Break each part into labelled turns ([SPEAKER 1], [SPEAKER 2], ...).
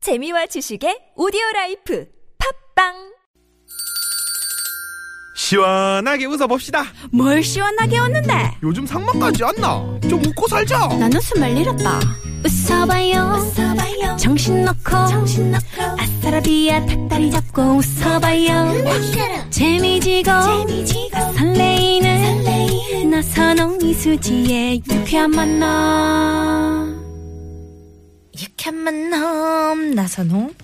[SPEAKER 1] 재미와 지식의 오디오 라이프 팝빵
[SPEAKER 2] 시원하게 웃어봅시다.
[SPEAKER 3] 뭘 시원하게 웃는데
[SPEAKER 2] 요즘 상만까지 안 나. 좀 웃고 살자.
[SPEAKER 3] 난 웃음을 잃었다 웃어봐요, 웃어봐요. 정신 놓고 아싸라비아 닭다리 잡고 웃어봐요 재미지고, 설레이는, 나선홍 이수지의 유쾌한 만남
[SPEAKER 4] 유쾌한 만남 나선홍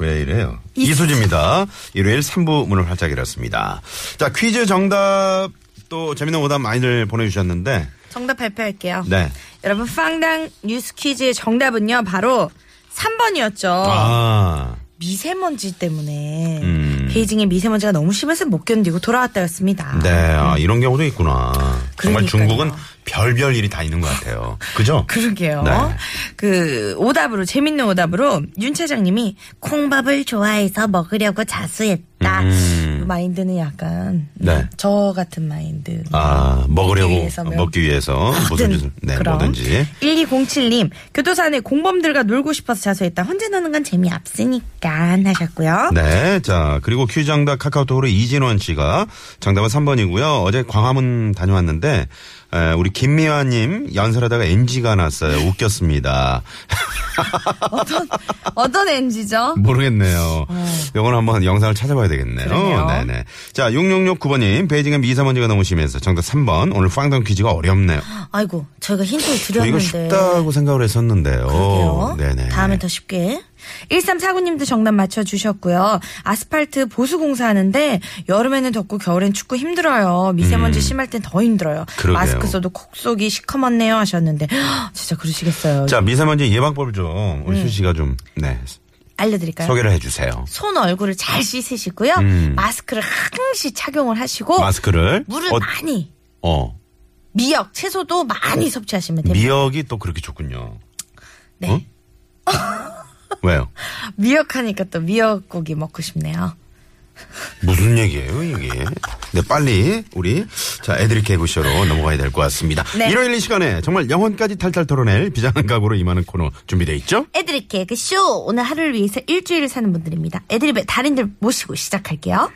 [SPEAKER 5] 왜 이래요? 이수지입니다. 일요일 3부 문을 활짝 열었습니다. 자, 퀴즈 정답 또 재밌는 오답 많이들 보내주셨는데,
[SPEAKER 4] 정답 발표할게요.
[SPEAKER 5] 네.
[SPEAKER 4] 여러분 빵당 뉴스 퀴즈의 정답은요 바로 3번이었죠.
[SPEAKER 5] 아,
[SPEAKER 4] 미세먼지 때문에
[SPEAKER 5] 음.
[SPEAKER 4] 베이징의 미세먼지가 너무 심해서 못 견디고 돌아왔다였습니다.
[SPEAKER 5] 네. 아, 이런 경우도 있구나. 정말
[SPEAKER 4] 그러니까요.
[SPEAKER 5] 중국은 별별 일이 다 있는 것 같아요. 그죠?
[SPEAKER 4] 그러게요.
[SPEAKER 5] 네.
[SPEAKER 4] 그 오답으로 재밌는 오답으로 윤 차장님이 콩밥을 좋아해서 먹으려고 자수했다.
[SPEAKER 5] 음.
[SPEAKER 4] 이 마인드는 약간
[SPEAKER 5] 네.
[SPEAKER 4] 저 같은 마인드.
[SPEAKER 5] 아, 먹으려고,
[SPEAKER 4] 먹기 위해서면.
[SPEAKER 5] 먹기 위해서. 무슨 짓을, 네,
[SPEAKER 4] 그럼.
[SPEAKER 5] 뭐든지.
[SPEAKER 4] 1207님, 교도소 안에 공범들과 놀고 싶어서 자수했다. 혼자 노는 건 재미없으니까 하셨고요.
[SPEAKER 5] 네. 자, 그리고 퀴즈 정답 카카오톡으로 이진원 씨가 정답은 3번이고요. 어제 광화문 다녀왔는데, 에, 우리 김미화님 연설하다가 NG가 났어요.
[SPEAKER 4] 네.
[SPEAKER 5] 웃겼습니다.
[SPEAKER 4] 어떤 NG죠?
[SPEAKER 5] 모르겠네요. 요건 한번 영상을 찾아봐야 되겠네요.
[SPEAKER 4] 그러네요.
[SPEAKER 5] 네네. 자, 6669번님. 베이징은 미세먼지가 너무 심해서 정답 3번. 오늘 빵당 퀴즈가 어렵네요.
[SPEAKER 4] 아이고, 저희가 힌트를
[SPEAKER 5] 이거
[SPEAKER 4] 드렸는데.
[SPEAKER 5] 쉽다고 생각을 했었는데요.
[SPEAKER 4] 네. 그러게요.
[SPEAKER 5] 네네.
[SPEAKER 4] 다음에 더 쉽게. 1349님도 정답 맞춰주셨고요. 아스팔트 보수공사 하는데, 여름에는 덥고 겨울엔 춥고 힘들어요. 미세먼지 심할 땐 더 힘들어요.
[SPEAKER 5] 음. 그러게요.
[SPEAKER 4] 마스크 써도 콕 속이 시커멓네요 하셨는데, 헉, 진짜 그러시겠어요. 음.
[SPEAKER 5] 자, 미세먼지 예방법을 좀 우리 수 씨가 좀, 네.
[SPEAKER 4] 알려드릴까요?
[SPEAKER 5] 소개를 해주세요.
[SPEAKER 4] 손 얼굴을 잘 씻으시고요. 마스크를 항시 착용을 하시고
[SPEAKER 5] 음. 마스크를.
[SPEAKER 4] 물을
[SPEAKER 5] 어,
[SPEAKER 4] 많이
[SPEAKER 5] 어.
[SPEAKER 4] 미역 채소도 많이 섭취하시면 됩니다.
[SPEAKER 5] 미역이 또 그렇게 좋군요.
[SPEAKER 4] 네.
[SPEAKER 5] 응? 왜요?
[SPEAKER 4] 미역하니까 또 미역고기 먹고 싶네요.
[SPEAKER 5] 무슨 얘기예요, 이게? 네, 빨리 우리 자 애들이 개구쇼로 넘어가야 될 것 같습니다.
[SPEAKER 4] 네.
[SPEAKER 5] 일요일 이 시간에 정말 영혼까지 탈탈 털어낼 비장한 각오로 임하는 코너 준비돼 있죠?
[SPEAKER 4] 애드립 개그쇼! 오늘 하루를 위해서 일주일을 사는 분들입니다. 애드립의 달인들 모시고 시작할게요.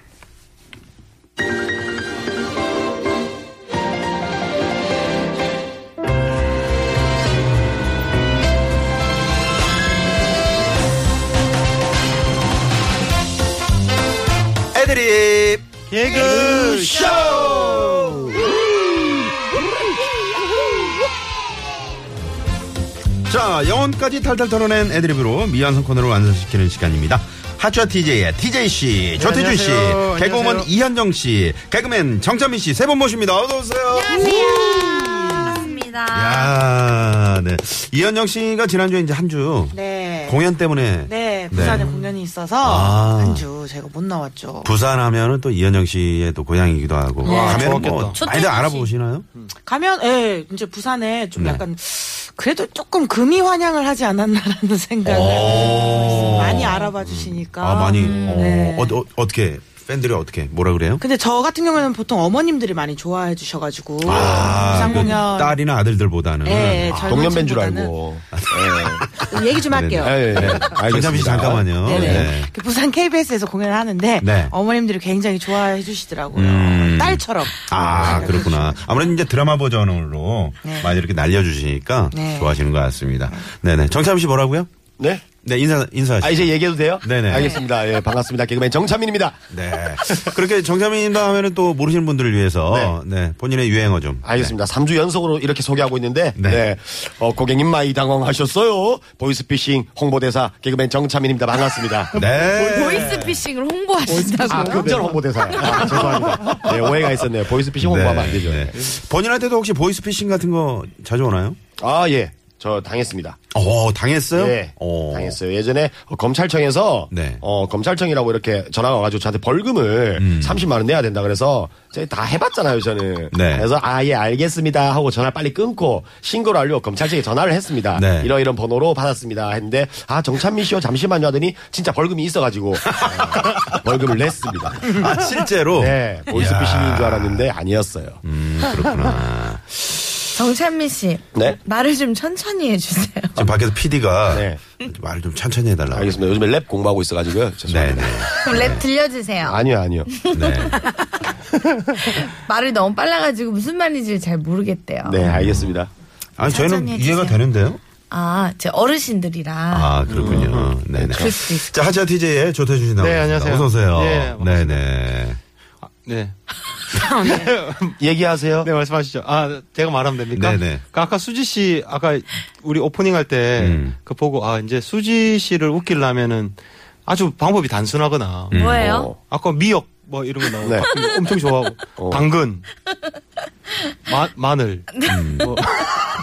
[SPEAKER 5] 애들이 개구쇼. 자, 영혼까지 탈탈 털어낸 애드립으로 미완성 코너를 완성시키는 시간입니다. 하츄아 TJ의 TJ씨, 조태준 씨,
[SPEAKER 2] 안녕하세요.
[SPEAKER 5] 개그우먼
[SPEAKER 2] 안녕하세요.
[SPEAKER 5] 이현정 씨, 개그맨 정찬민 씨 세 번 모십니다. 어서오세요.
[SPEAKER 4] 반갑습니다.
[SPEAKER 5] 야, 네. 이현정 씨가 지난주에 이제 한 주
[SPEAKER 6] 네.
[SPEAKER 5] 공연 때문에
[SPEAKER 6] 네, 부산에
[SPEAKER 5] 네.
[SPEAKER 6] 공연이 있어서
[SPEAKER 5] 아.
[SPEAKER 6] 한 주 제가 못 나왔죠.
[SPEAKER 5] 부산 하면은 또 이현정 씨의 또 고향이기도 하고 가면 뭐
[SPEAKER 4] 좋겠다.
[SPEAKER 5] 많이들
[SPEAKER 4] 초창기
[SPEAKER 5] 알아보시나요?
[SPEAKER 6] 가면 예, 이제 부산에 좀
[SPEAKER 5] 네.
[SPEAKER 6] 약간 그래도 조금 금이 환영을 하지 않았나라는
[SPEAKER 5] 오.
[SPEAKER 6] 생각을 많이 알아봐 주시니까.
[SPEAKER 5] 어. 아 많이
[SPEAKER 6] 네.
[SPEAKER 5] 어, 어, 떻게 팬들이 어떻게 뭐라 그래요?
[SPEAKER 6] 근데 저 같은 경우에는 보통 어머님들이 많이 좋아해 주셔가지고 부산
[SPEAKER 5] 그
[SPEAKER 6] 공연
[SPEAKER 5] 딸이나 음, 아들들보다는
[SPEAKER 6] 예, 젊은
[SPEAKER 7] 동년배인 줄
[SPEAKER 6] 층보다는-
[SPEAKER 7] 알고.
[SPEAKER 6] 얘기 좀 할게요.
[SPEAKER 7] 예, 예, 예.
[SPEAKER 5] 정찬민 씨
[SPEAKER 7] 알겠습니다.
[SPEAKER 5] 잠깐만요.
[SPEAKER 6] 네네.
[SPEAKER 5] 네.
[SPEAKER 6] 그 부산 KBS에서 공연을 하는데
[SPEAKER 5] 네.
[SPEAKER 6] 어머님들이 굉장히 좋아해 주시더라고요.
[SPEAKER 5] 음.
[SPEAKER 6] 딸처럼.
[SPEAKER 5] 아 그렇구나. 아무래도 이제 드라마 버전으로
[SPEAKER 6] 네.
[SPEAKER 5] 많이 이렇게 날려주시니까
[SPEAKER 6] 네.
[SPEAKER 5] 좋아하시는 것 같습니다. 네네. 정찬민 씨 뭐라고요?
[SPEAKER 7] 네.
[SPEAKER 5] 네 인사 인사하시죠.
[SPEAKER 7] 아 이제 얘기해도 돼요?
[SPEAKER 5] 네네.
[SPEAKER 7] 알겠습니다. 예, 반갑습니다. 개그맨 정찬민입니다.
[SPEAKER 5] 네. 그렇게 정찬민이다 하면은 또 모르시는 분들을 위해서 네. 본인의 유행어 좀.
[SPEAKER 7] 알겠습니다. 삼 3주 연속으로 이렇게 소개하고 있는데
[SPEAKER 5] 네.
[SPEAKER 7] 네. 어, 고객님 많이 당황하셨어요. 보이스피싱 홍보대사 개그맨 정찬민입니다. 반갑습니다.
[SPEAKER 5] 네.
[SPEAKER 4] 보이스피싱을 홍보하신다고.
[SPEAKER 7] 아, 금전 홍보대사. 아, 죄송합니다. 네, 오해가 있었네요. 보이스피싱 뭐 홍보하면 안 되죠.
[SPEAKER 5] 네. 본인한테도 혹시 보이스피싱 같은 거 자주 오나요?
[SPEAKER 7] 아, 예. 저 당했습니다.
[SPEAKER 5] 어, 당했어요?
[SPEAKER 7] 예.
[SPEAKER 5] 어.
[SPEAKER 7] 당했어요. 예전에 검찰청에서
[SPEAKER 5] 네.
[SPEAKER 7] 어, 검찰청이라고 이렇게 전화가 와가지고 저한테 벌금을
[SPEAKER 5] 음.
[SPEAKER 7] 30만 원 내야 된다 그래서 제가 다 해봤잖아요 저는.
[SPEAKER 5] 네.
[SPEAKER 7] 그래서 아 예 알겠습니다 하고 전화 빨리 끊고 신고를 하려고 검찰청에 전화를 했습니다.
[SPEAKER 5] 네.
[SPEAKER 7] 이런 이런 번호로 받았습니다 했는데 아 정찬민 씨요 잠시만요 하더니 진짜 벌금이 있어가지고 벌금을 냈습니다.
[SPEAKER 5] 아, 실제로?
[SPEAKER 2] 네.
[SPEAKER 7] 네 보이스피싱인 줄 알았는데 아니었어요.
[SPEAKER 5] 음, 그렇구나.
[SPEAKER 4] 정찬미 씨.
[SPEAKER 7] 네?
[SPEAKER 4] 말을 좀 천천히 해주세요.
[SPEAKER 5] 지금 밖에서 PD가
[SPEAKER 7] 네.
[SPEAKER 5] 말을 좀 천천히 해달라고.
[SPEAKER 7] 알겠습니다. 요즘에 랩 공부하고 있어가지고요.
[SPEAKER 5] 네,
[SPEAKER 7] 죄송합니다.
[SPEAKER 5] 네.
[SPEAKER 4] 그럼 랩 들려주세요.
[SPEAKER 7] 아니요, 아니요.
[SPEAKER 5] 네.
[SPEAKER 4] 말을 너무 빨라가지고 무슨 말인지 잘 모르겠대요.
[SPEAKER 7] 네, 알겠습니다.
[SPEAKER 5] 아니 저희는
[SPEAKER 4] 천천히
[SPEAKER 5] 이해가
[SPEAKER 4] 해주세요.
[SPEAKER 5] 되는데요.
[SPEAKER 4] 아, 제 어르신들이라.
[SPEAKER 5] 아 그렇군요. 네네.
[SPEAKER 4] 음. 그럴 수도 있을
[SPEAKER 5] 자 하지아 TJ의 조태준 씨 나오셨습니다.
[SPEAKER 2] 네, 안녕하세요.
[SPEAKER 5] 어서 오세요.
[SPEAKER 2] 예, 반갑습니다.
[SPEAKER 5] 네네.
[SPEAKER 2] 네.
[SPEAKER 7] 얘기하세요.
[SPEAKER 2] 네, 말씀하시죠. 아, 제가 말하면 됩니까?
[SPEAKER 5] 네네.
[SPEAKER 2] 그 아까 수지 씨, 아까 우리 오프닝 할 때 그
[SPEAKER 5] 음.
[SPEAKER 2] 보고 아, 이제 수지 씨를 웃기려면은 아주 방법이 단순하거나
[SPEAKER 5] 어.
[SPEAKER 4] 뭐예요?
[SPEAKER 2] 아까 미역 뭐 이런 거 나오고
[SPEAKER 7] 네.
[SPEAKER 2] 엄청 좋아하고
[SPEAKER 7] 어.
[SPEAKER 2] 당근 마, 마늘
[SPEAKER 7] 네.
[SPEAKER 2] 뭐.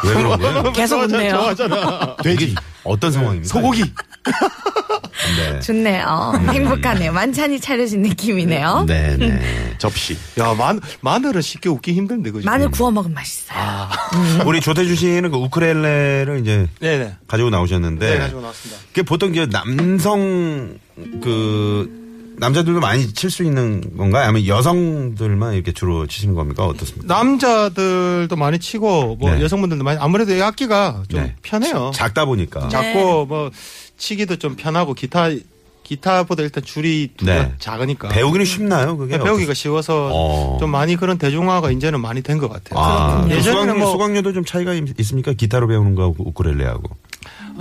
[SPEAKER 5] 왜 그런 거예요?
[SPEAKER 4] 계속 웃네요.
[SPEAKER 2] 좋아하잖아.
[SPEAKER 5] 돼지. 어떤 상황입니까?
[SPEAKER 2] 소고기.
[SPEAKER 5] 네.
[SPEAKER 4] 좋네요. 행복하네요. 만찬이 차려진 느낌이네요.
[SPEAKER 5] 네네.
[SPEAKER 7] 접시.
[SPEAKER 2] 야, 마, 마늘은 쉽게 웃기 힘든데
[SPEAKER 5] 네.
[SPEAKER 2] 그죠?
[SPEAKER 4] 마늘 구워 먹으면 맛있어요.
[SPEAKER 5] 아,
[SPEAKER 4] 음.
[SPEAKER 5] 우리 조태준 씨는 그 우크렐레를 이제
[SPEAKER 2] 네네.
[SPEAKER 5] 가지고 나오셨는데.
[SPEAKER 2] 네, 가지고 나왔습니다.
[SPEAKER 5] 그게 보통 이제 남성 그 남자들도 많이 칠 수 있는 건가요? 아니면 여성들만 이렇게 주로 치시는 겁니까? 어떻습니까?
[SPEAKER 2] 남자들도 많이 치고 뭐
[SPEAKER 5] 네.
[SPEAKER 2] 여성분들도 많이 아무래도 이 악기가 좀
[SPEAKER 5] 네.
[SPEAKER 2] 편해요.
[SPEAKER 5] 작다 보니까.
[SPEAKER 2] 작고 뭐 치기도 좀 편하고 기타 기타보다 일단 줄이 두개
[SPEAKER 5] 네.
[SPEAKER 2] 작으니까
[SPEAKER 5] 배우기는 쉽나요? 그게
[SPEAKER 2] 그러니까 배우기가 쉬워서
[SPEAKER 5] 어.
[SPEAKER 2] 좀 많이 그런 대중화가 이제는 많이 된 것 같아요.
[SPEAKER 5] 아, 그 수강료,
[SPEAKER 2] 예전에는 뭐
[SPEAKER 5] 수강료도 좀 차이가 있- 있습니까? 기타로 배우는 거하고 우크렐레하고.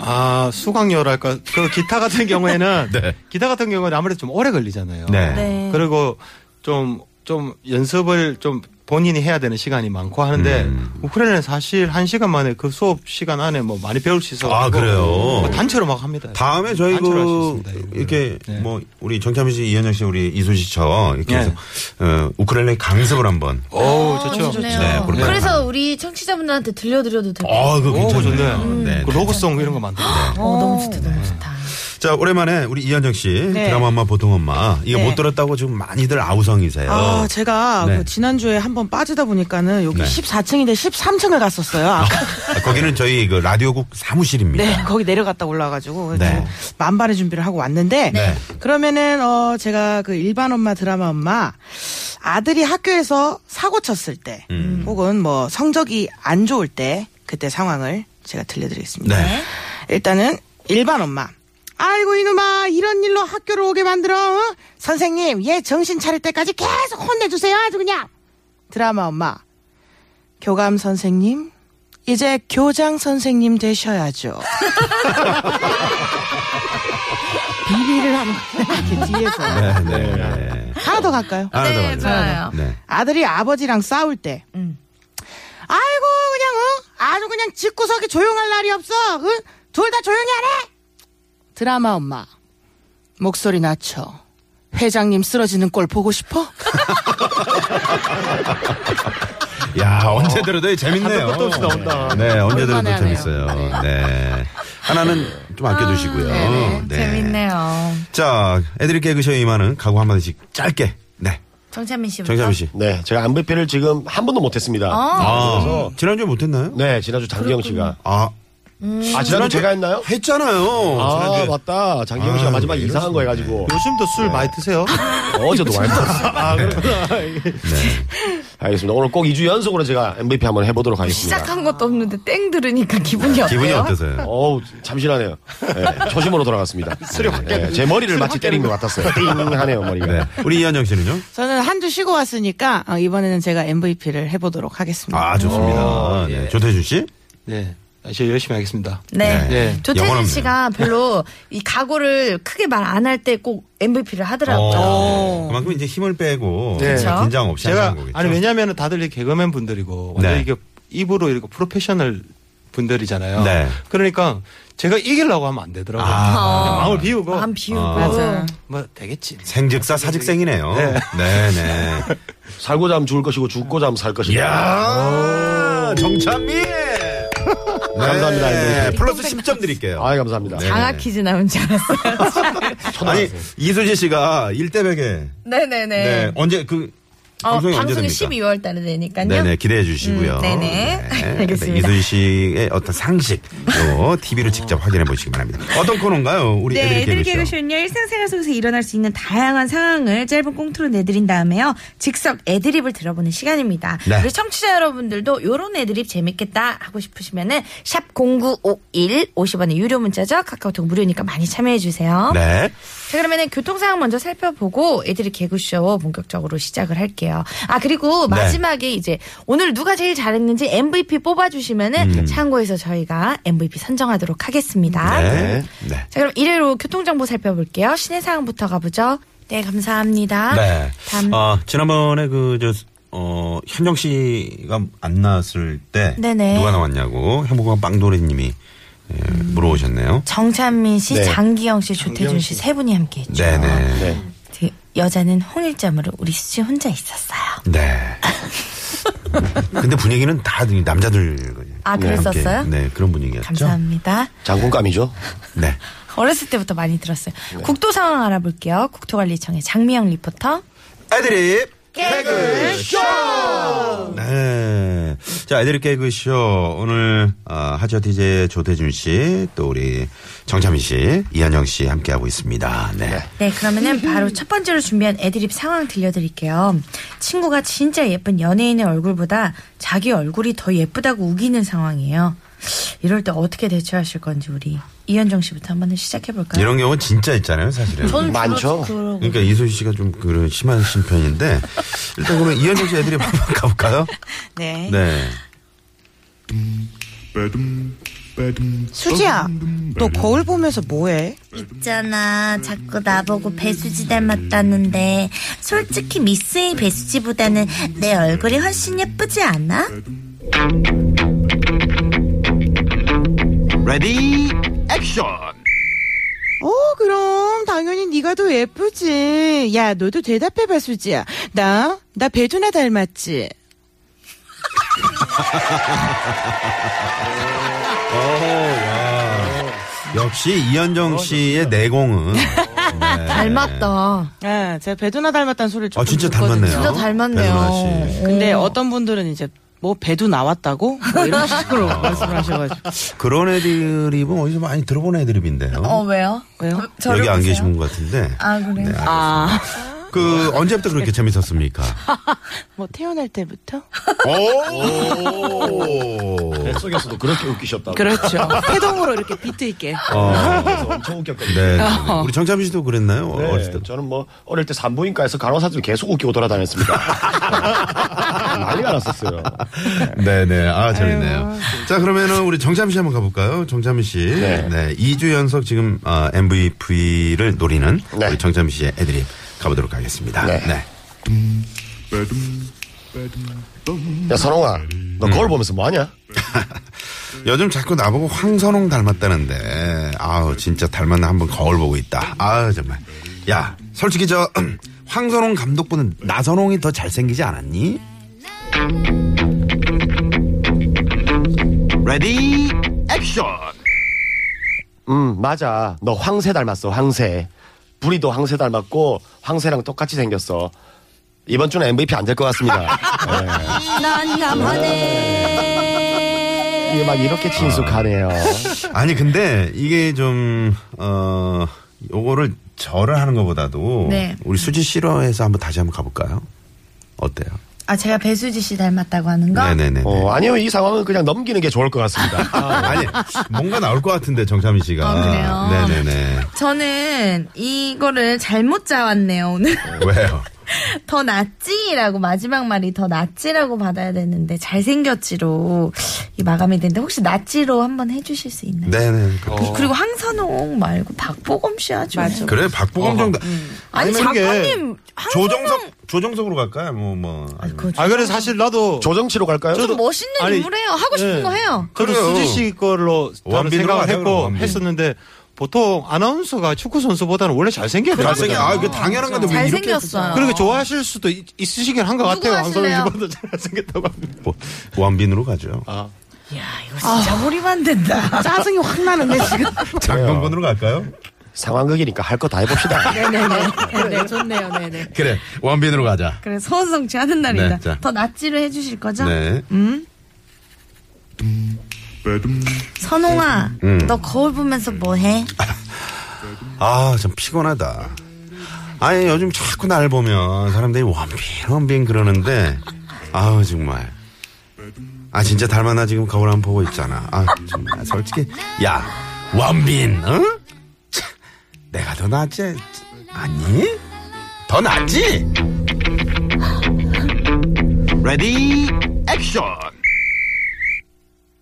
[SPEAKER 2] 아 수강료랄까 그 기타 같은 경우에는
[SPEAKER 5] 네.
[SPEAKER 2] 기타 같은 경우는 아무래도 좀 오래 걸리잖아요.
[SPEAKER 5] 네.
[SPEAKER 4] 네.
[SPEAKER 2] 그리고 좀 좀 연습을 좀 본인이 해야 되는 시간이 많고 하는데
[SPEAKER 5] 음.
[SPEAKER 2] 우크라이나는 사실 한 시간 만에 그 수업 시간 안에 뭐 많이 배울 수 있어.
[SPEAKER 5] 아, 그래요?
[SPEAKER 2] 단체로 막 합니다.
[SPEAKER 5] 다음에 저희
[SPEAKER 2] 단체로 할수
[SPEAKER 5] 그
[SPEAKER 2] 있습니다, 이거를.
[SPEAKER 5] 이렇게
[SPEAKER 2] 네.
[SPEAKER 5] 뭐 우리 정찬민 씨, 이현영 씨, 우리 이수지 저 이렇게
[SPEAKER 2] 네.
[SPEAKER 5] 해서 어, 우크렐레 강습을 한번.
[SPEAKER 4] 아,
[SPEAKER 2] 오 좋죠.
[SPEAKER 8] 아, 좋네요.
[SPEAKER 5] 네, 그렇게
[SPEAKER 8] 그래서 우리 청취자분들한테 들려드려도 될까요?
[SPEAKER 5] 아, 그거
[SPEAKER 2] 오
[SPEAKER 5] 괜찮네요.
[SPEAKER 2] 좋네요.
[SPEAKER 4] 음.
[SPEAKER 2] 아,
[SPEAKER 5] 네,
[SPEAKER 2] 그
[SPEAKER 5] 네.
[SPEAKER 2] 로고송 이런 거 만들고.
[SPEAKER 4] 어, 너무 좋다, 너무 좋다.
[SPEAKER 5] 자, 오랜만에 우리 이현정 씨
[SPEAKER 4] 네.
[SPEAKER 5] 드라마 엄마 보통 엄마 이거 못 들었다고 지금 많이들 아우성이세요.
[SPEAKER 6] 아, 제가
[SPEAKER 5] 네.
[SPEAKER 6] 그 지난주에 한번 빠지다 보니까는 여기
[SPEAKER 5] 네.
[SPEAKER 6] 14층인데 13층을 갔었어요. 아까.
[SPEAKER 5] 아, 거기는 저희 그 라디오국 사무실입니다.
[SPEAKER 6] 네, 거기 내려갔다 올라와가지고
[SPEAKER 5] 네.
[SPEAKER 6] 지금 만반의 준비를 하고 왔는데
[SPEAKER 5] 네.
[SPEAKER 6] 그러면은 어 제가 그 일반 엄마 드라마 엄마 아들이 학교에서 사고 쳤을 때
[SPEAKER 5] 음.
[SPEAKER 6] 혹은 뭐 성적이 안 좋을 때 그때 상황을 제가 들려드리겠습니다.
[SPEAKER 5] 네.
[SPEAKER 6] 일단은 일반 엄마. 아이고 이놈아 이런 일로 학교를 오게 만들어 어? 선생님 얘 정신 차릴 때까지 계속 혼내주세요 아주 그냥 드라마 엄마 교감 선생님 이제 교장 선생님 되셔야죠. 비비를 한번 이렇게 뒤에서
[SPEAKER 5] 네, 네, 네.
[SPEAKER 6] 하나 더 갈까요?
[SPEAKER 5] 하나 더
[SPEAKER 4] 네,
[SPEAKER 5] 가죠.
[SPEAKER 4] 좋아요.
[SPEAKER 5] 네.
[SPEAKER 6] 아들이 아버지랑 싸울 때. 아이고 그냥 어? 아주 그냥 집구석이 조용할 날이 없어. 둘 다 조용히 하래. 드라마 엄마 목소리 낮춰. 회장님 쓰러지는 꼴 보고 싶어?
[SPEAKER 5] 야, 언제 들어도 재밌네요.
[SPEAKER 2] 한도 끝도 없이 나온다.
[SPEAKER 5] 네, 언제 들어도
[SPEAKER 4] 볼만하네요.
[SPEAKER 5] 재밌어요. 네. 하나는 좀 아껴두시고요.
[SPEAKER 4] 네네,
[SPEAKER 5] 네.
[SPEAKER 4] 어, 재밌네요.
[SPEAKER 5] 자, 애들이 깨그셔 이만은 각오 한마디씩 짧게. 네.
[SPEAKER 4] 정찬민 씨부터. 어,
[SPEAKER 5] 정샤미 씨.
[SPEAKER 7] 네, 제가 안배필을 지금 한 번도 못했습니다.
[SPEAKER 5] 아, 지난주에 못했나요?
[SPEAKER 7] 네, 지난주 장기영 씨가.
[SPEAKER 5] 아,
[SPEAKER 7] 아, 지난주 제가 했나요?
[SPEAKER 5] 했잖아요.
[SPEAKER 7] 아,
[SPEAKER 5] 어, 지난주에.
[SPEAKER 7] 맞다. 장기영 씨가
[SPEAKER 5] 아,
[SPEAKER 7] 마지막
[SPEAKER 5] 왜
[SPEAKER 7] 이상한 거 해가지고.
[SPEAKER 2] 요즘도 술 많이 드세요?
[SPEAKER 7] 어제도 와인 먹었어요.
[SPEAKER 5] 아, 네.
[SPEAKER 7] 알겠습니다. 오늘 꼭 2주 연속으로 제가 MVP 한번 해보도록 하겠습니다.
[SPEAKER 4] 시작한 것도 없는데 땡 들으니까 기분이 어때요?
[SPEAKER 5] 네. 기분이 어떠세요?
[SPEAKER 7] 어우, 잠시라네요. 네, 초심으로 돌아갔습니다. 네, 제 머리를 마치 때린 것 같았어요. 띵 하네요, 머리가.
[SPEAKER 5] 네. 우리 이현정 씨는요?
[SPEAKER 6] 저는 한 주 쉬고 왔으니까 어, 이번에는 제가 MVP를 해보도록 하겠습니다.
[SPEAKER 5] 아, 좋습니다. 네. 조태준 씨?
[SPEAKER 2] 네. 이제 열심히 하겠습니다.
[SPEAKER 5] 네.
[SPEAKER 4] 네.
[SPEAKER 2] 네.
[SPEAKER 5] 영혼
[SPEAKER 8] 조태준
[SPEAKER 5] 없네요.
[SPEAKER 8] 씨가 별로 이 각오를 크게 말 안 할 때 꼭 MVP를 하더라고요.
[SPEAKER 5] 어, 네. 그만큼 이제 힘을 빼고
[SPEAKER 4] 그렇죠.
[SPEAKER 5] 긴장 없이
[SPEAKER 2] 제가
[SPEAKER 5] 하는 거겠죠.
[SPEAKER 2] 네. 아니 왜냐하면 다들 이 개그맨 분들이고 완전
[SPEAKER 5] 네.
[SPEAKER 2] 이게 입으로 이렇게 프로페셔널 분들이잖아요.
[SPEAKER 5] 네.
[SPEAKER 2] 그러니까 제가 이기려고 하면 안 되더라고요.
[SPEAKER 8] 어.
[SPEAKER 5] 아.
[SPEAKER 2] 그냥 마음을 비우고
[SPEAKER 8] 마음 비우고.
[SPEAKER 6] 어.
[SPEAKER 4] 맞아요. 네.
[SPEAKER 2] 뭐 되겠지.
[SPEAKER 5] 생즉사 사직생이네요. 네, 네.
[SPEAKER 7] 살고자 하면 죽을 것이고 죽고자 하면 살 것이고.
[SPEAKER 5] 이야, 정찬미!
[SPEAKER 7] 감사합니다,
[SPEAKER 5] 네,
[SPEAKER 7] MVP를.
[SPEAKER 5] 플러스 10점 드릴게요.
[SPEAKER 7] 아, 감사합니다.
[SPEAKER 5] 네.
[SPEAKER 4] 장학 퀴즈 나온 줄 알았어요.
[SPEAKER 5] 아니, 이수지 씨가 일대1 0에
[SPEAKER 4] 네네네.
[SPEAKER 5] 네. 언제 그
[SPEAKER 8] 어,
[SPEAKER 5] 방송이 언제
[SPEAKER 8] 방송이
[SPEAKER 5] 됩니까?
[SPEAKER 8] 12월 달에 되니까요.
[SPEAKER 5] 네네 기대해 주시고요.
[SPEAKER 8] 음, 네네. 알겠습니다.
[SPEAKER 5] 이순 씨의 어떤 상식 또 TV로 직접 확인해 보시기 바랍니다. 어떤 코너인가요? 그렇죠? 우리
[SPEAKER 4] 네, 애들
[SPEAKER 5] 애들 개그쇼.
[SPEAKER 4] 개그쇼는요 일상생활 속에서 일어날 수 있는 다양한 상황을 짧은 꽁트로 내드린 다음에요 즉석 애드립을 들어보는 시간입니다.
[SPEAKER 5] 네.
[SPEAKER 4] 우리 청취자 여러분들도 요런 애드립 재밌겠다 하고 싶으시면은 샵 #0951 50원의 유료 문자죠 카카오톡 무료니까 많이 참여해 주세요.
[SPEAKER 5] 네.
[SPEAKER 4] 자 그러면은 교통 상황 먼저 살펴보고 애드립 개그쇼 본격적으로 시작을 할게요. 아 그리고
[SPEAKER 5] 네.
[SPEAKER 4] 마지막에 이제 오늘 누가 제일 잘했는지 MVP
[SPEAKER 5] 음.
[SPEAKER 4] 뽑아주시면은 참고해서 저희가 MVP 선정하도록 하겠습니다.
[SPEAKER 5] 네. 네.
[SPEAKER 4] 자, 그럼 일요일로 교통정보 살펴볼게요. 시내 상황부터 가보죠. 네, 감사합니다.
[SPEAKER 5] 네.
[SPEAKER 4] 다음.
[SPEAKER 5] 아, 지난번에 그, 저, 어, 현정 씨가 안 나왔을 때.
[SPEAKER 4] 네네.
[SPEAKER 5] 누가 나왔냐고 행복한 빵도리 님이 예, 물어보셨네요.
[SPEAKER 4] 음. 정찬민 씨,
[SPEAKER 7] 네.
[SPEAKER 4] 장기영 씨, 조태준 씨 세 분이 함께 했죠.
[SPEAKER 5] 네네.
[SPEAKER 7] 네.
[SPEAKER 4] 그 여자는 홍일점으로 우리 수지 혼자 있었어요.
[SPEAKER 5] 네. 근데 분위기는 다 남자들.
[SPEAKER 4] 아,
[SPEAKER 5] 함께,
[SPEAKER 4] 그랬었어요?
[SPEAKER 5] 네, 그런 분위기였죠.
[SPEAKER 4] 감사합니다.
[SPEAKER 7] 장군감이죠.
[SPEAKER 5] 네.
[SPEAKER 4] 어렸을 때부터 많이 들었어요. 국도 상황 알아볼게요. 국토관리청의 장미영 리포터.
[SPEAKER 5] 애드립 개그쇼! 네. 자, 애드립 개그쇼. 오늘, 아, 하지어 DJ 조태준 씨, 또 우리 정찬민 씨, 이한영 씨 함께하고 있습니다. 네.
[SPEAKER 4] 네, 그러면은 바로 첫 번째로 준비한 애드립 상황 들려드릴게요. 친구가 진짜 예쁜 연예인의 얼굴보다 자기 얼굴이 더 예쁘다고 우기는 상황이에요. 이럴 때 어떻게 대처하실 건지 우리 이현정 씨부터 한번 시작해볼까요?
[SPEAKER 5] 이런 경우는 진짜 있잖아요, 사실은.
[SPEAKER 7] 많죠.
[SPEAKER 5] 그러니까 이소희 씨가 좀 그런 심하신 편인데 일단 그러면 이현정 씨 애들이 한번 가볼까요?
[SPEAKER 4] 네.
[SPEAKER 5] 네.
[SPEAKER 6] 수지야, 너 거울 보면서 뭐해?
[SPEAKER 9] 있잖아. 자꾸 나보고 배수지 닮았다는데 솔직히 미스의 배수지보다는 내 얼굴이 훨씬 예쁘지 않아?
[SPEAKER 5] 네.
[SPEAKER 6] 어, 그럼 당연히 네가 더 예쁘지. 야, 너도 대답해봐, 수지야. 나, 나 배두나 닮았지.
[SPEAKER 5] 오, 와. 역시 이현정 씨의 내공은 아,
[SPEAKER 8] 닮았다.
[SPEAKER 6] 아, 제가 배두나 닮았다는 소리를 조금
[SPEAKER 5] 아 진짜
[SPEAKER 6] 듣거든요.
[SPEAKER 5] 닮았네요.
[SPEAKER 8] 진짜 닮았네요.
[SPEAKER 5] 배두나 씨.
[SPEAKER 6] 근데 어떤 분들은 이제 뭐 배두 나왔다고 뭐 이런 식으로 말씀하셔가지고
[SPEAKER 5] 그런 애드립은 어디서 많이 들어본 애드립인데요.
[SPEAKER 8] 어, 왜요?
[SPEAKER 6] 왜요?
[SPEAKER 8] 저를
[SPEAKER 5] 여기 안
[SPEAKER 8] 보세요?
[SPEAKER 5] 계신 분 네. 같은데.
[SPEAKER 8] 아, 그래요?
[SPEAKER 6] 아,
[SPEAKER 5] 그 언제부터 그렇게 재밌었습니까?
[SPEAKER 6] 뭐 태어날 때부터?
[SPEAKER 5] 오.
[SPEAKER 7] 네. 속에서도 그렇게 웃기셨다고. 아,
[SPEAKER 6] 그렇죠. 태동으로 이렇게 비트 있게.
[SPEAKER 5] 어.
[SPEAKER 7] 그래서 엄청 웃겼거든요.
[SPEAKER 5] 네. 네.
[SPEAKER 8] 어.
[SPEAKER 5] 우리 정찬민 씨도 그랬나요?
[SPEAKER 7] 네,
[SPEAKER 5] 어렸을 때.
[SPEAKER 7] 저는 뭐 어릴 때 산부인과에서 간호사들 계속 웃기고 돌아다녔습니다. 난리가 났었어요.
[SPEAKER 5] 네네. 아, 재밌네요. 자, 그러면은 우리 정찬민 씨 한번 가볼까요? 정찬민 씨. 네.
[SPEAKER 7] 네.
[SPEAKER 5] 2주 연속 지금 아, MVP를 노리는
[SPEAKER 7] 네.
[SPEAKER 5] 우리 정찬민 씨의 애드립 가보도록 하겠습니다. 네.
[SPEAKER 7] 네. 야 선홍아, 너 거울 보면서 뭐하냐?
[SPEAKER 5] 요즘 자꾸 나보고 황선홍 닮았다는데, 아우, 진짜 닮았나 한번 거울 보고 있다. 아우, 정말. 야, 솔직히 저, 황선홍 감독보다 나선홍이 더 잘생기지 않았니? 레디, 액션!
[SPEAKER 7] 음 맞아, 너 황새 닮았어 황새. 부리도 황새 닮았고 황새랑 똑같이 생겼어. 이번 주는 MVP 안 될 것 같습니다. 난감하네. 이게 막 이렇게 친숙하네요.
[SPEAKER 5] 아니 근데 이게 좀어 요거를 절을 하는 것보다도
[SPEAKER 4] 네.
[SPEAKER 5] 우리 수지 씨로 해서 한번 다시 한번 가볼까요? 어때요?
[SPEAKER 4] 아, 제가 배수지 씨 닮았다고 하는 거?
[SPEAKER 5] 네네네.
[SPEAKER 7] 어, 아니요 이 상황은 그냥 넘기는 게 좋을 것 같습니다.
[SPEAKER 5] 아니 뭔가 나올 것 같은데 정찬민 씨가.
[SPEAKER 4] 아, 그래요?
[SPEAKER 5] 네네네.
[SPEAKER 4] 저는 이거를 잘못 짜왔네요, 오늘.
[SPEAKER 5] 왜요?
[SPEAKER 4] 더 낫지라고 마지막 말이 더 낫지라고 받아야 되는데 잘생겼지로 이 마감이 되는데 혹시 낫지로 한번 해주실 수 있나요?
[SPEAKER 5] 네네. 그-
[SPEAKER 4] 그리고 황선홍 말고 박보검 씨 하죠. 맞아.
[SPEAKER 5] 그래 박보검 정도.
[SPEAKER 4] 아니
[SPEAKER 5] 아니면 이게
[SPEAKER 4] 작가님 황선홍
[SPEAKER 5] 조정석 조정석으로 갈까요? 뭐 뭐. 아니면-
[SPEAKER 4] 그거
[SPEAKER 2] 아 그래 사실 나도
[SPEAKER 7] 조정치로 갈까요?
[SPEAKER 2] 저도-
[SPEAKER 4] 좀 멋있는
[SPEAKER 2] 아니,
[SPEAKER 4] 인물이에요. 하고 싶은
[SPEAKER 2] 예.
[SPEAKER 4] 거 해요.
[SPEAKER 2] 저도
[SPEAKER 5] 그래요.
[SPEAKER 2] 수지 씨 걸로 다른
[SPEAKER 5] 원빈으로
[SPEAKER 2] 생각을
[SPEAKER 5] 가자, 그럼,
[SPEAKER 2] 했고
[SPEAKER 5] 원빈.
[SPEAKER 2] 했었는데 보통 아나운서가 축구 선수보다는 원래 잘생겨야 되는
[SPEAKER 5] 잘생겨.
[SPEAKER 2] 거잖아요.
[SPEAKER 5] 아, 그 당연한 건데 왜 이렇게.
[SPEAKER 8] 잘생겼어요.
[SPEAKER 2] 그러니까 좋아하실 수도 있- 있으시긴 한 것 같아요.
[SPEAKER 8] 하실래요?
[SPEAKER 2] 황선우 씨보다 잘생겼다고 합니다.
[SPEAKER 5] 뭐, 원빈으로 가죠.
[SPEAKER 4] 진짜 몰입 안 된다.
[SPEAKER 6] 짜증이 확 나는데 지금.
[SPEAKER 5] 어. 장동건으로 갈까요?
[SPEAKER 7] 상황극이니까 할 거 다 해봅시다.
[SPEAKER 4] 네네네. 네, 좋네요. 네네.
[SPEAKER 5] 그래 원빈으로 가자.
[SPEAKER 4] 그래, 소원성취 하는 날입니다.
[SPEAKER 5] 네, 자.
[SPEAKER 4] 더 낫지를 해주실 거죠?
[SPEAKER 5] 네.
[SPEAKER 10] 선홍아,
[SPEAKER 5] 음.
[SPEAKER 10] 너 거울 보면서 뭐 해?
[SPEAKER 5] 아, 참 피곤하다. 아니, 요즘 자꾸 날 보면 사람들이 원빈, 원빈 그러는데, 아우, 정말. 아, 진짜 닮았나 지금 거울 안 보고 있잖아. 아, 정말. 솔직히, 야, 원빈, 응? 차, 내가 더 낫지? 아니? 더 낫지? 레디, 액션!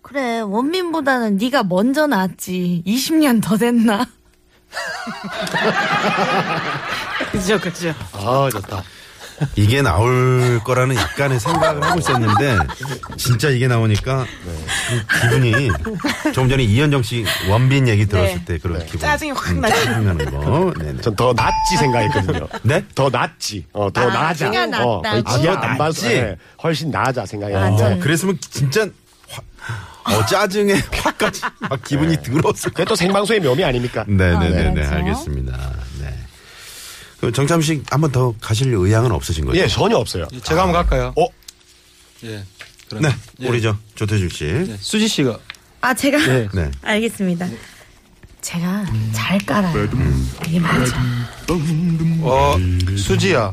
[SPEAKER 4] 그래, 원빈보다는 네가 먼저 낫지. 20년 더 됐나?
[SPEAKER 6] 그죠, 그죠.
[SPEAKER 7] 아 좋다.
[SPEAKER 5] 이게 나올 거라는 약간의 생각을 하고 있었는데 진짜 이게 나오니까 그 기분이 좀 전에 이현정 씨 원빈 얘기 들었을 때 그런 기분
[SPEAKER 6] 네. 짜증이 확 나죠.
[SPEAKER 5] 짜증나는 거 네네
[SPEAKER 7] 전 더 낫지 생각했거든요.
[SPEAKER 5] 네?
[SPEAKER 7] 더 낫지. 어, 더 나아자.
[SPEAKER 4] 지가
[SPEAKER 7] 어, 거의
[SPEAKER 4] 낫다고?
[SPEAKER 7] 지하
[SPEAKER 5] 아,
[SPEAKER 7] 안 봐서,
[SPEAKER 5] 낫지?
[SPEAKER 7] 예, 훨씬 나아자
[SPEAKER 5] 어,
[SPEAKER 7] 생각했는데.
[SPEAKER 5] 그랬으면 진짜 화- 어 짜증에 화까지 막
[SPEAKER 6] 네.
[SPEAKER 5] 기분이 더러웠을
[SPEAKER 7] 그게 또 생방송의 묘미 아닙니까?
[SPEAKER 5] 네네네 네,
[SPEAKER 6] 그렇죠.
[SPEAKER 5] 알겠습니다 네 그럼 정참식 한번 더 가실 의향은 없으신 거죠?
[SPEAKER 7] 예, 전혀 없어요.
[SPEAKER 2] 제가 한번 갈까요?
[SPEAKER 7] 어?
[SPEAKER 2] 예. 그럼.
[SPEAKER 5] 네
[SPEAKER 2] 예.
[SPEAKER 5] 우리 저 조태준 씨네
[SPEAKER 2] 예. 수지 씨가
[SPEAKER 4] 아, 제가?
[SPEAKER 2] 예.
[SPEAKER 5] 네.
[SPEAKER 4] 알겠습니다. 제가 잘 깔아요.
[SPEAKER 5] 음.
[SPEAKER 4] 이게 맞아.
[SPEAKER 2] 어 수지야.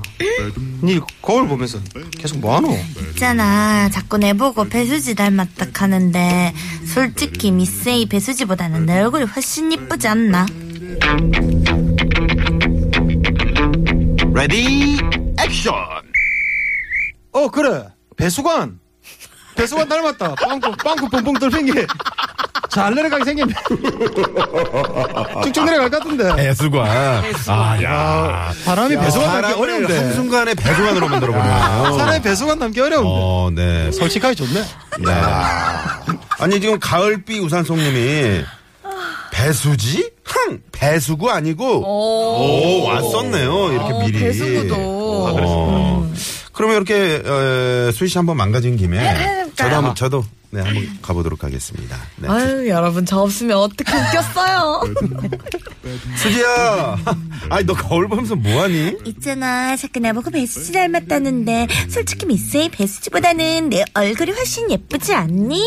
[SPEAKER 2] 니 거울 보면서 계속 뭐하노?
[SPEAKER 10] 있잖아, 자꾸 내보고 배수지 닮았다 하는데 솔직히 미세이 배수지보다는 내 얼굴이 훨씬 이쁘지 않나?
[SPEAKER 5] 레디 액션
[SPEAKER 2] 어 그래 배수관. 배수관 닮았다. 빵꾸 빵꾸 뽕뽕 뚫린 게잘 내려가게 생겼네. 쭉쭉 내려갈
[SPEAKER 5] 네,
[SPEAKER 2] 것 같은데.
[SPEAKER 5] 배수관 아야
[SPEAKER 2] 어, 바람이 배수관 닮기 어려운데. 아.
[SPEAKER 5] 한순간에 배수관으로 만들어버려요.
[SPEAKER 2] 사람의 배수관 닮기 어려운데.
[SPEAKER 5] 어, 네.
[SPEAKER 2] 솔직하게 좋네.
[SPEAKER 5] 네. 아니, 지금 가을비 우산송님이 배수지? 흥! 배수구 아니고, 오, 왔었네요. 이렇게 어, 미리.
[SPEAKER 4] 아, 배수구도. 음.
[SPEAKER 5] 아, 그랬구나. 그러면 이렇게, 어, 수희씨 한번 망가진
[SPEAKER 4] 네,
[SPEAKER 5] 김에. 저도 한번, 저도, 네, 한번 가보도록 하겠습니다. 네.
[SPEAKER 4] 아유, 여러분, 저 없으면 어떻게 웃겼어요.
[SPEAKER 5] 수지야! 아니, 너 거울 보면서 뭐하니?
[SPEAKER 10] 있잖아, 자꾸 내보고 배수지 닮았다는데 솔직히 미세이 배수지보다는 내 얼굴이 훨씬 예쁘지 않니?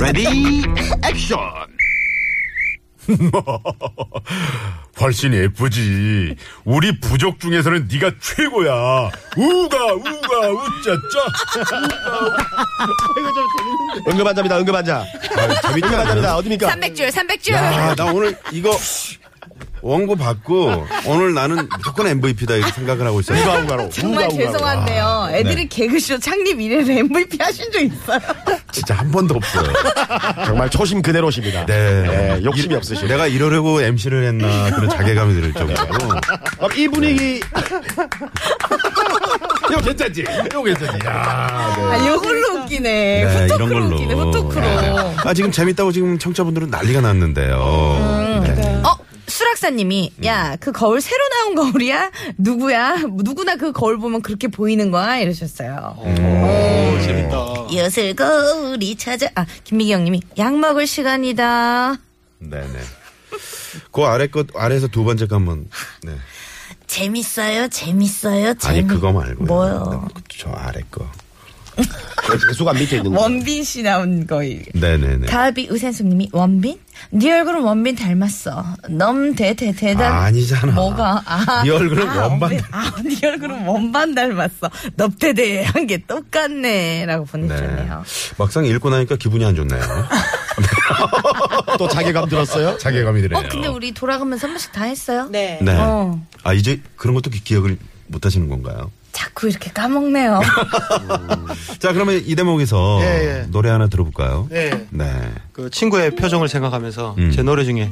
[SPEAKER 5] 레디 액션 훨씬 예쁘지 우리 부족 중에서는 네가 최고야 우가 우가 우짜짜
[SPEAKER 7] 응급환자입니다, 응급환자. 응급환자입니다, 어딥니까?
[SPEAKER 4] 300줄, 300줄.
[SPEAKER 5] 아, 야, 나 오늘 이거 원고 받고 오늘 나는 무조건 MVP다 이렇게 생각을 하고 있어요
[SPEAKER 7] 우가우가로.
[SPEAKER 4] 정말 죄송한데요. 애들이
[SPEAKER 5] 네.
[SPEAKER 4] 개그쇼 창립 이래로 MVP 하신 적 있어요?
[SPEAKER 5] 진짜 한 번도 없어요
[SPEAKER 7] 아, 정말 초심 그대로십니다.
[SPEAKER 5] 네.
[SPEAKER 7] 예, 욕심이
[SPEAKER 5] 이-
[SPEAKER 7] 없으시네.
[SPEAKER 5] 내가 이러려고 MC를 했나 그런 자괴감이 들 정도로
[SPEAKER 7] 그럼 이 분위기
[SPEAKER 5] 이거 괜찮지? 이거 괜찮지? 야, 네.
[SPEAKER 4] 아, 요걸로 웃기네.
[SPEAKER 5] 네,
[SPEAKER 4] 후토크로
[SPEAKER 5] 이런 걸로.
[SPEAKER 4] 웃기네, 후토크로.
[SPEAKER 5] 네. 아, 지금 재밌다고 지금 청자분들은 난리가 났는데요. 네.
[SPEAKER 4] 어? 수락사님이
[SPEAKER 5] 음.
[SPEAKER 4] 야 그 거울 새로 나온 거울이야 누구야 누구나 그 거울 보면 그렇게 보이는 거야 이러셨어요.
[SPEAKER 10] 요술 거울이 찾아
[SPEAKER 4] 아 김미기 형님이 약 먹을 시간이다.
[SPEAKER 5] 네네. 그 아래 것, 아래에서 두 번째 거 한번. 네.
[SPEAKER 10] 재밌어요, 재밌어요, 재밌.
[SPEAKER 5] 아니, 그거 말고요.
[SPEAKER 10] 뭐요?
[SPEAKER 5] 네, 저 아래 거.
[SPEAKER 7] 배수관 그 밑에 있는 거.
[SPEAKER 4] 원빈 씨 나온 거일.
[SPEAKER 5] 네네네.
[SPEAKER 4] 가을비 의산숙님이 원빈? 네 얼굴은 원빈 닮았어. 넘 대대 대단.
[SPEAKER 5] 아, 아니잖아.
[SPEAKER 4] 뭐가? 아,
[SPEAKER 5] 네 얼굴은
[SPEAKER 4] 아,
[SPEAKER 5] 원반
[SPEAKER 4] 원빈. 아, 네 얼굴은 원반 닮았어. 넙대대 한 게 똑같네라고 보내주셨네요.
[SPEAKER 5] 막상 읽고 나니까 기분이 안 좋네요.
[SPEAKER 7] 또 자괴감 들었어요?
[SPEAKER 5] 자괴감이 드네요.
[SPEAKER 4] 어 근데 우리 돌아가면서 한 번씩 다 했어요.
[SPEAKER 6] 네.
[SPEAKER 5] 네.
[SPEAKER 4] 어.
[SPEAKER 5] 아, 이제 그런 것도 기- 기억을 못 하시는 건가요?
[SPEAKER 4] 자꾸 이렇게 까먹네요.
[SPEAKER 5] 어? 자, 그러면 이 대목에서
[SPEAKER 2] 예, 예.
[SPEAKER 5] 노래 하나 들어볼까요?
[SPEAKER 2] 예.
[SPEAKER 5] 네.
[SPEAKER 2] 그 친구의 표정을 생각하면서
[SPEAKER 5] 음.
[SPEAKER 2] 제 노래 중에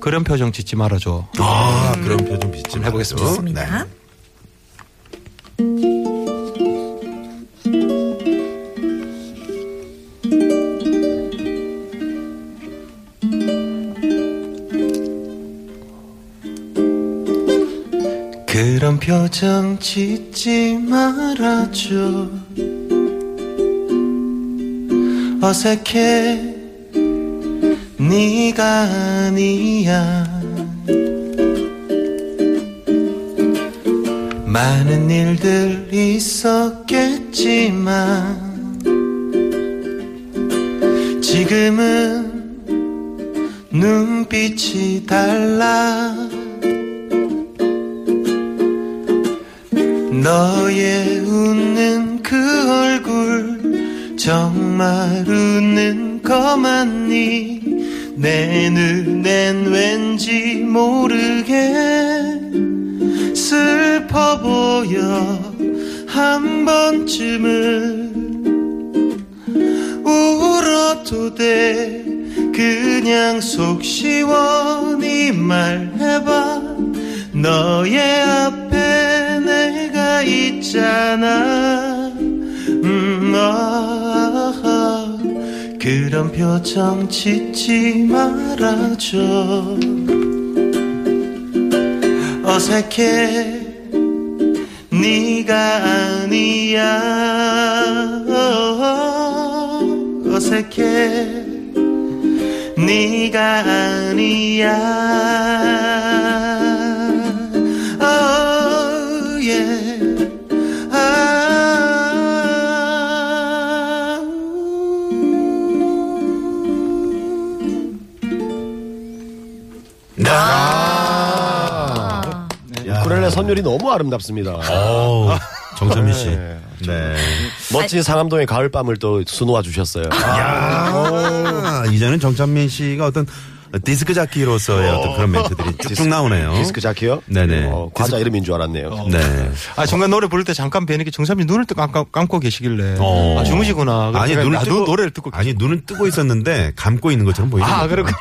[SPEAKER 2] 그런 표정 짓지 말아줘.
[SPEAKER 5] 아, 그런 표정 비지
[SPEAKER 2] 해보겠습니다.
[SPEAKER 5] 좋습니다. 네.
[SPEAKER 2] 그런 표정 짓지 말아줘 어색해 네가 아니야 많은 일들 있었겠지만 지금은 눈빛이 달라 너의 웃는 그 얼굴 정말 웃는 거 맞니 내 눈엔 왠지 모르게 슬퍼 보여 한 번쯤은 울어도 돼 그냥 속 시원히 말해봐 너의 앞에 내가 있잖아 음, 아, 아. 그런 표정 짓지 말아줘 어색해 네가 아니야 어색해 네가 아니야 oh, yeah. 아,
[SPEAKER 5] 아.
[SPEAKER 7] 우크렐레 선율이 너무 아름답습니다.
[SPEAKER 5] 어우, 정선미 씨.
[SPEAKER 7] 네.
[SPEAKER 5] 네.
[SPEAKER 7] 멋진 상암동의 가을밤을 또 수놓아 주셨어요.
[SPEAKER 5] 야, 아, 이제는 정찬민 씨가 어떤 디스크 자키로서의 어떤 그런 멘트들이 쭉쭉 나오네요.
[SPEAKER 7] 디스크 자키요?
[SPEAKER 5] 네네.
[SPEAKER 7] 어, 과자 이름인 줄 알았네요.
[SPEAKER 5] 네.
[SPEAKER 2] 아 중간 노래 부를 때 잠깐 뵈니까 정삼이 눈을 뜨 감고, 감고 계시길래
[SPEAKER 5] 어.
[SPEAKER 2] 아 주무시구나
[SPEAKER 5] 아니
[SPEAKER 2] 그래서
[SPEAKER 5] 눈을
[SPEAKER 2] 나도
[SPEAKER 5] 뜨고
[SPEAKER 2] 노래를 듣고
[SPEAKER 5] 아니 눈은 뜨고 있었는데 감고 있는 것처럼 보이는
[SPEAKER 2] 아 그렇군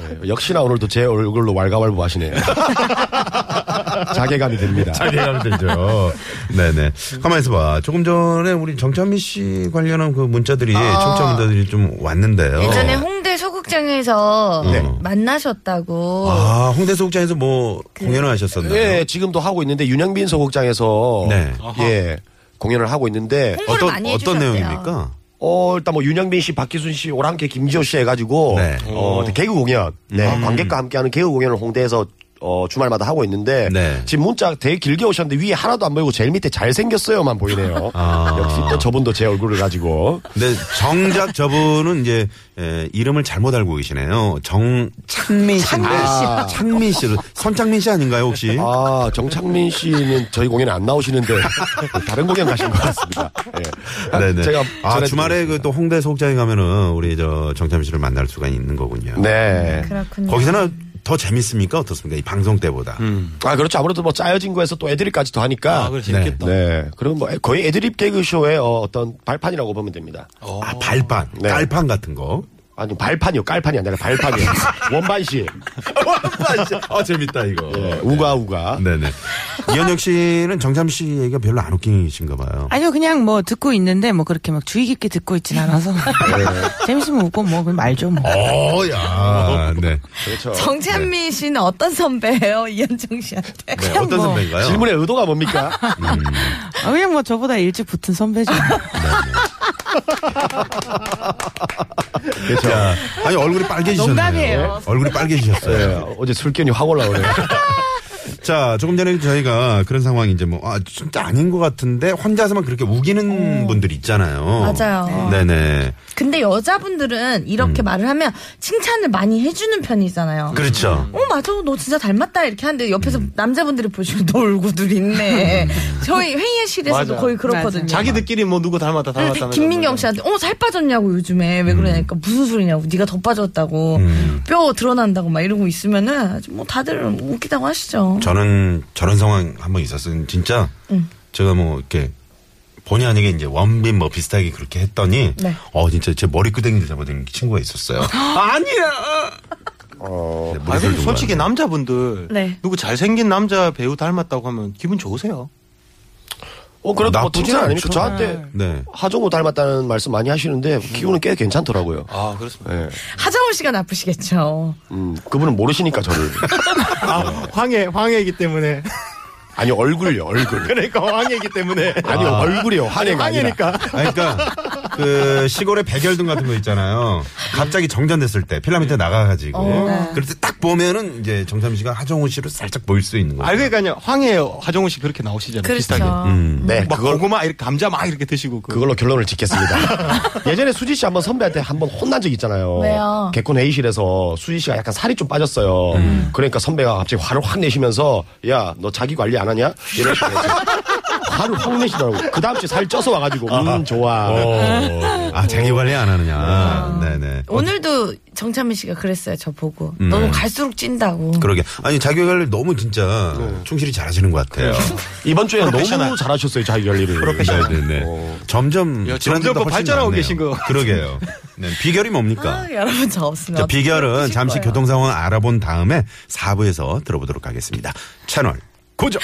[SPEAKER 7] 네, 역시나 오늘도 제 얼굴로 왈가왈부 하시네요. 자괴감이 듭니다.
[SPEAKER 5] 자괴감 들죠. 네네. 가만 있어봐. 조금 전에 우리 정찬민 씨 관련한 그 문자들이 청취자 문자들이 좀 왔는데요.
[SPEAKER 8] 예전에 홍대 소극장에서
[SPEAKER 5] 어. 네.
[SPEAKER 8] 만나셨다고.
[SPEAKER 5] 아 홍대 소극장에서 뭐 공연을 하셨었나요?
[SPEAKER 7] 예, 지금도 하고 있는데 윤영빈 소극장에서
[SPEAKER 5] 네.
[SPEAKER 7] 예 공연을 하고 있는데
[SPEAKER 8] 홍보를
[SPEAKER 5] 어떤
[SPEAKER 8] 많이
[SPEAKER 5] 어떤
[SPEAKER 8] 해주셨대요.
[SPEAKER 5] 내용입니까?
[SPEAKER 7] 어 일단 뭐 윤영빈 씨, 박기순 씨, 오랑캐 김지호 씨 해가지고
[SPEAKER 5] 네. 음.
[SPEAKER 7] 어 개그 공연, 네 관객과 함께하는 개그 공연을 홍대에서 어 주말마다 하고 있는데
[SPEAKER 5] 네.
[SPEAKER 7] 지금 문자 되게 길게 오셨는데 위에 하나도 안 보이고 제일 밑에 잘 생겼어요만 보이네요.
[SPEAKER 5] 아.
[SPEAKER 7] 역시 또 저분도 제 얼굴을 가지고
[SPEAKER 5] 근데 정작 저분은 이제 에, 이름을 잘못 알고 계시네요. 정창민 씨. 창민 씨. 창민 씨를 선창민 씨 아닌가요 혹시?
[SPEAKER 7] 아 정창민 씨는 저희 공연에 안 나오시는데 다른 공연 가신 것 같습니다. 예.
[SPEAKER 5] 네네.
[SPEAKER 7] 제가
[SPEAKER 5] 아
[SPEAKER 7] 전해드리겠습니다.
[SPEAKER 5] 주말에 그 또 홍대 소극장에 가면은 우리 저 정창민 씨를 만날 수가 있는 거군요.
[SPEAKER 7] 네.
[SPEAKER 8] 그렇군요.
[SPEAKER 5] 거기서는 더 재밌습니까 어떻습니까 이 방송 때보다?
[SPEAKER 7] 아 그렇죠. 아무래도 뭐 짜여진 거에서 또 애드립까지 더 하니까.
[SPEAKER 2] 아 그래 재밌겠다
[SPEAKER 7] 네. 그럼 뭐 거의 애드립 개그 쇼의 어, 어떤 발판이라고 보면 됩니다.
[SPEAKER 2] 어.
[SPEAKER 5] 아 발판,
[SPEAKER 7] 네.
[SPEAKER 5] 깔판 같은 거.
[SPEAKER 7] 아니 발판이요, 깔판이 아니라 발판이요. 원반 씨,
[SPEAKER 5] 아 재밌다 이거.
[SPEAKER 7] 예, 우가 우가.
[SPEAKER 5] 네네. 이현혁 씨는 정참 씨 얘기가 별로 안 웃기신가 봐요.
[SPEAKER 6] 아니요, 그냥 뭐 듣고 있는데 뭐 그렇게 막 주의 깊게 듣고 있진 않아서.
[SPEAKER 5] 네.
[SPEAKER 6] 재밌으면 웃고 뭐, 그럼 말죠 뭐.
[SPEAKER 5] 어, 어야. 네.
[SPEAKER 7] 그렇죠.
[SPEAKER 8] 정찬미 씨는 어떤 선배예요? 이현정 씨한테.
[SPEAKER 5] 네, 어떤
[SPEAKER 6] 뭐.
[SPEAKER 5] 선배인가요?
[SPEAKER 7] 질문의 의도가 뭡니까?
[SPEAKER 6] 아, 그냥 뭐 저보다 일찍 붙은 선배죠.
[SPEAKER 7] 그렇죠.
[SPEAKER 5] 자, 아니 얼굴이 빨개지셨네요.
[SPEAKER 6] 농담이에요.
[SPEAKER 5] 얼굴이 빨개지셨어요.
[SPEAKER 7] 예, 어제 술기운이 확 올라오네요.
[SPEAKER 5] 자, 조금 전에 저희가 그런 상황이 이제 뭐, 아, 진짜 아닌 것 같은데, 혼자서만 그렇게
[SPEAKER 6] 음.
[SPEAKER 5] 우기는 분들 있잖아요.
[SPEAKER 8] 맞아요.
[SPEAKER 5] 네네.
[SPEAKER 8] 근데 여자분들은 이렇게 말을 하면 칭찬을 많이 해주는 편이잖아요.
[SPEAKER 5] 그렇죠.
[SPEAKER 8] 어 맞아 너 진짜 닮았다 이렇게 하는데 옆에서 남자분들이 보시고 너 얼굴들 있네 저희 회의실에서도
[SPEAKER 7] 맞아.
[SPEAKER 8] 거의 그렇거든요
[SPEAKER 2] 자기들끼리 뭐 누구 닮았다 닮았다
[SPEAKER 8] 네, 김민경 씨한테 어 살 빠졌냐고 요즘에 왜 그러냐니까 무슨 소리냐고 네가 더 빠졌다고 뼈 드러난다고 막 이러고 있으면은 아주 뭐 다들 웃기다고 하시죠
[SPEAKER 5] 저는 저런 상황 한 번 있었어요. 진짜, 제가 뭐, 이렇게, 본의 아니게 이제 원빈 뭐 비슷하게 그렇게 했더니,
[SPEAKER 8] 네.
[SPEAKER 5] 어, 진짜 제 머리끄댕이를 잡아준 친구가 있었어요. 아, 아니야!
[SPEAKER 7] 어,
[SPEAKER 5] 네,
[SPEAKER 2] 아,
[SPEAKER 5] 무리를
[SPEAKER 2] 근데
[SPEAKER 5] 두고
[SPEAKER 2] 솔직히
[SPEAKER 5] 왔는데.
[SPEAKER 2] 남자분들
[SPEAKER 8] 네.
[SPEAKER 2] 누구 잘생긴 남자 배우 닮았다고 하면 기분 좋으세요?
[SPEAKER 7] 어 그래도 뭐
[SPEAKER 5] 나쁘지
[SPEAKER 7] 칭찬 아닙니까?
[SPEAKER 5] 않죠.
[SPEAKER 7] 저한테
[SPEAKER 5] 네.
[SPEAKER 7] 하정우 닮았다는 말씀 많이 하시는데 기운은 꽤 괜찮더라고요.
[SPEAKER 2] 아 그렇습니다.
[SPEAKER 7] 예,
[SPEAKER 8] 하정우 씨가 나쁘시겠죠
[SPEAKER 7] 음, 그분은 모르시니까 저를.
[SPEAKER 2] 아, 황해 황해이기 때문에
[SPEAKER 7] 아니 얼굴요, 얼굴.
[SPEAKER 2] 그러니까 황해이기 때문에
[SPEAKER 7] 아니요 얼굴이요, 한해가 아니라.
[SPEAKER 2] 황해니까
[SPEAKER 5] 아니, 그러니까 그 시골의 백열등 같은 거 있잖아요. 갑자기 정전됐을 때 필라멘트 나가가지고 그럴 때 딱 보면은 이제 정삼 씨가 하정우 씨로 살짝 보일 수 있는 거예요.
[SPEAKER 2] 아, 그러니까요. 황해 하정우 씨 그렇게 나오시잖아요. 비슷하게.
[SPEAKER 4] 그렇죠.
[SPEAKER 5] 음.
[SPEAKER 7] 네,
[SPEAKER 2] 막
[SPEAKER 7] 그걸
[SPEAKER 2] 고구마, 이렇게 감자 막 이렇게 드시고. 그-
[SPEAKER 7] 그걸로 결론을 짓겠습니다. 예전에 수지 씨 한번 선배한테 한번 혼난 적 있잖아요.
[SPEAKER 4] 왜요?
[SPEAKER 7] 개콘 회의실에서 수지 씨가 약간 살이 좀 빠졌어요.
[SPEAKER 2] 음.
[SPEAKER 7] 그러니까 선배가 갑자기 화를 확 내시면서 야, 너 자기 관리 안 하냐? 이런 식으로 해서 화를 확 내시더라고. 그 다음 주에 살 쪄서 와가지고 음 좋아.
[SPEAKER 5] 어.
[SPEAKER 2] 어.
[SPEAKER 5] 아 자기 관리 안 하느냐. 네네. 어,
[SPEAKER 4] 오늘도 정찬민 씨가 그랬어요, 저 보고. 너무 갈수록 찐다고.
[SPEAKER 5] 그러게. 아니 자기 관리 너무 진짜
[SPEAKER 4] 네.
[SPEAKER 5] 충실히 잘하시는 것 같아요. 그
[SPEAKER 7] 이번 주에 너무
[SPEAKER 2] 프로페셔널.
[SPEAKER 7] 잘하셨어요 자기 관리를.
[SPEAKER 5] 네네네. 점점
[SPEAKER 2] 야,
[SPEAKER 5] 지난
[SPEAKER 2] 점점
[SPEAKER 5] 주보다
[SPEAKER 2] 그
[SPEAKER 5] 훨씬 낫네요.
[SPEAKER 2] 발전하고 계신 거.
[SPEAKER 5] 그러게요. 네, 비결이 뭡니까?
[SPEAKER 4] 아, 여러분 저 없으면
[SPEAKER 5] 자,
[SPEAKER 4] 어떡해.
[SPEAKER 5] 비결은
[SPEAKER 4] 드실
[SPEAKER 5] 잠시
[SPEAKER 4] 거예요.
[SPEAKER 5] 교통 상황 알아본 다음에 4부에서 들어보도록 하겠습니다. 채널 고정.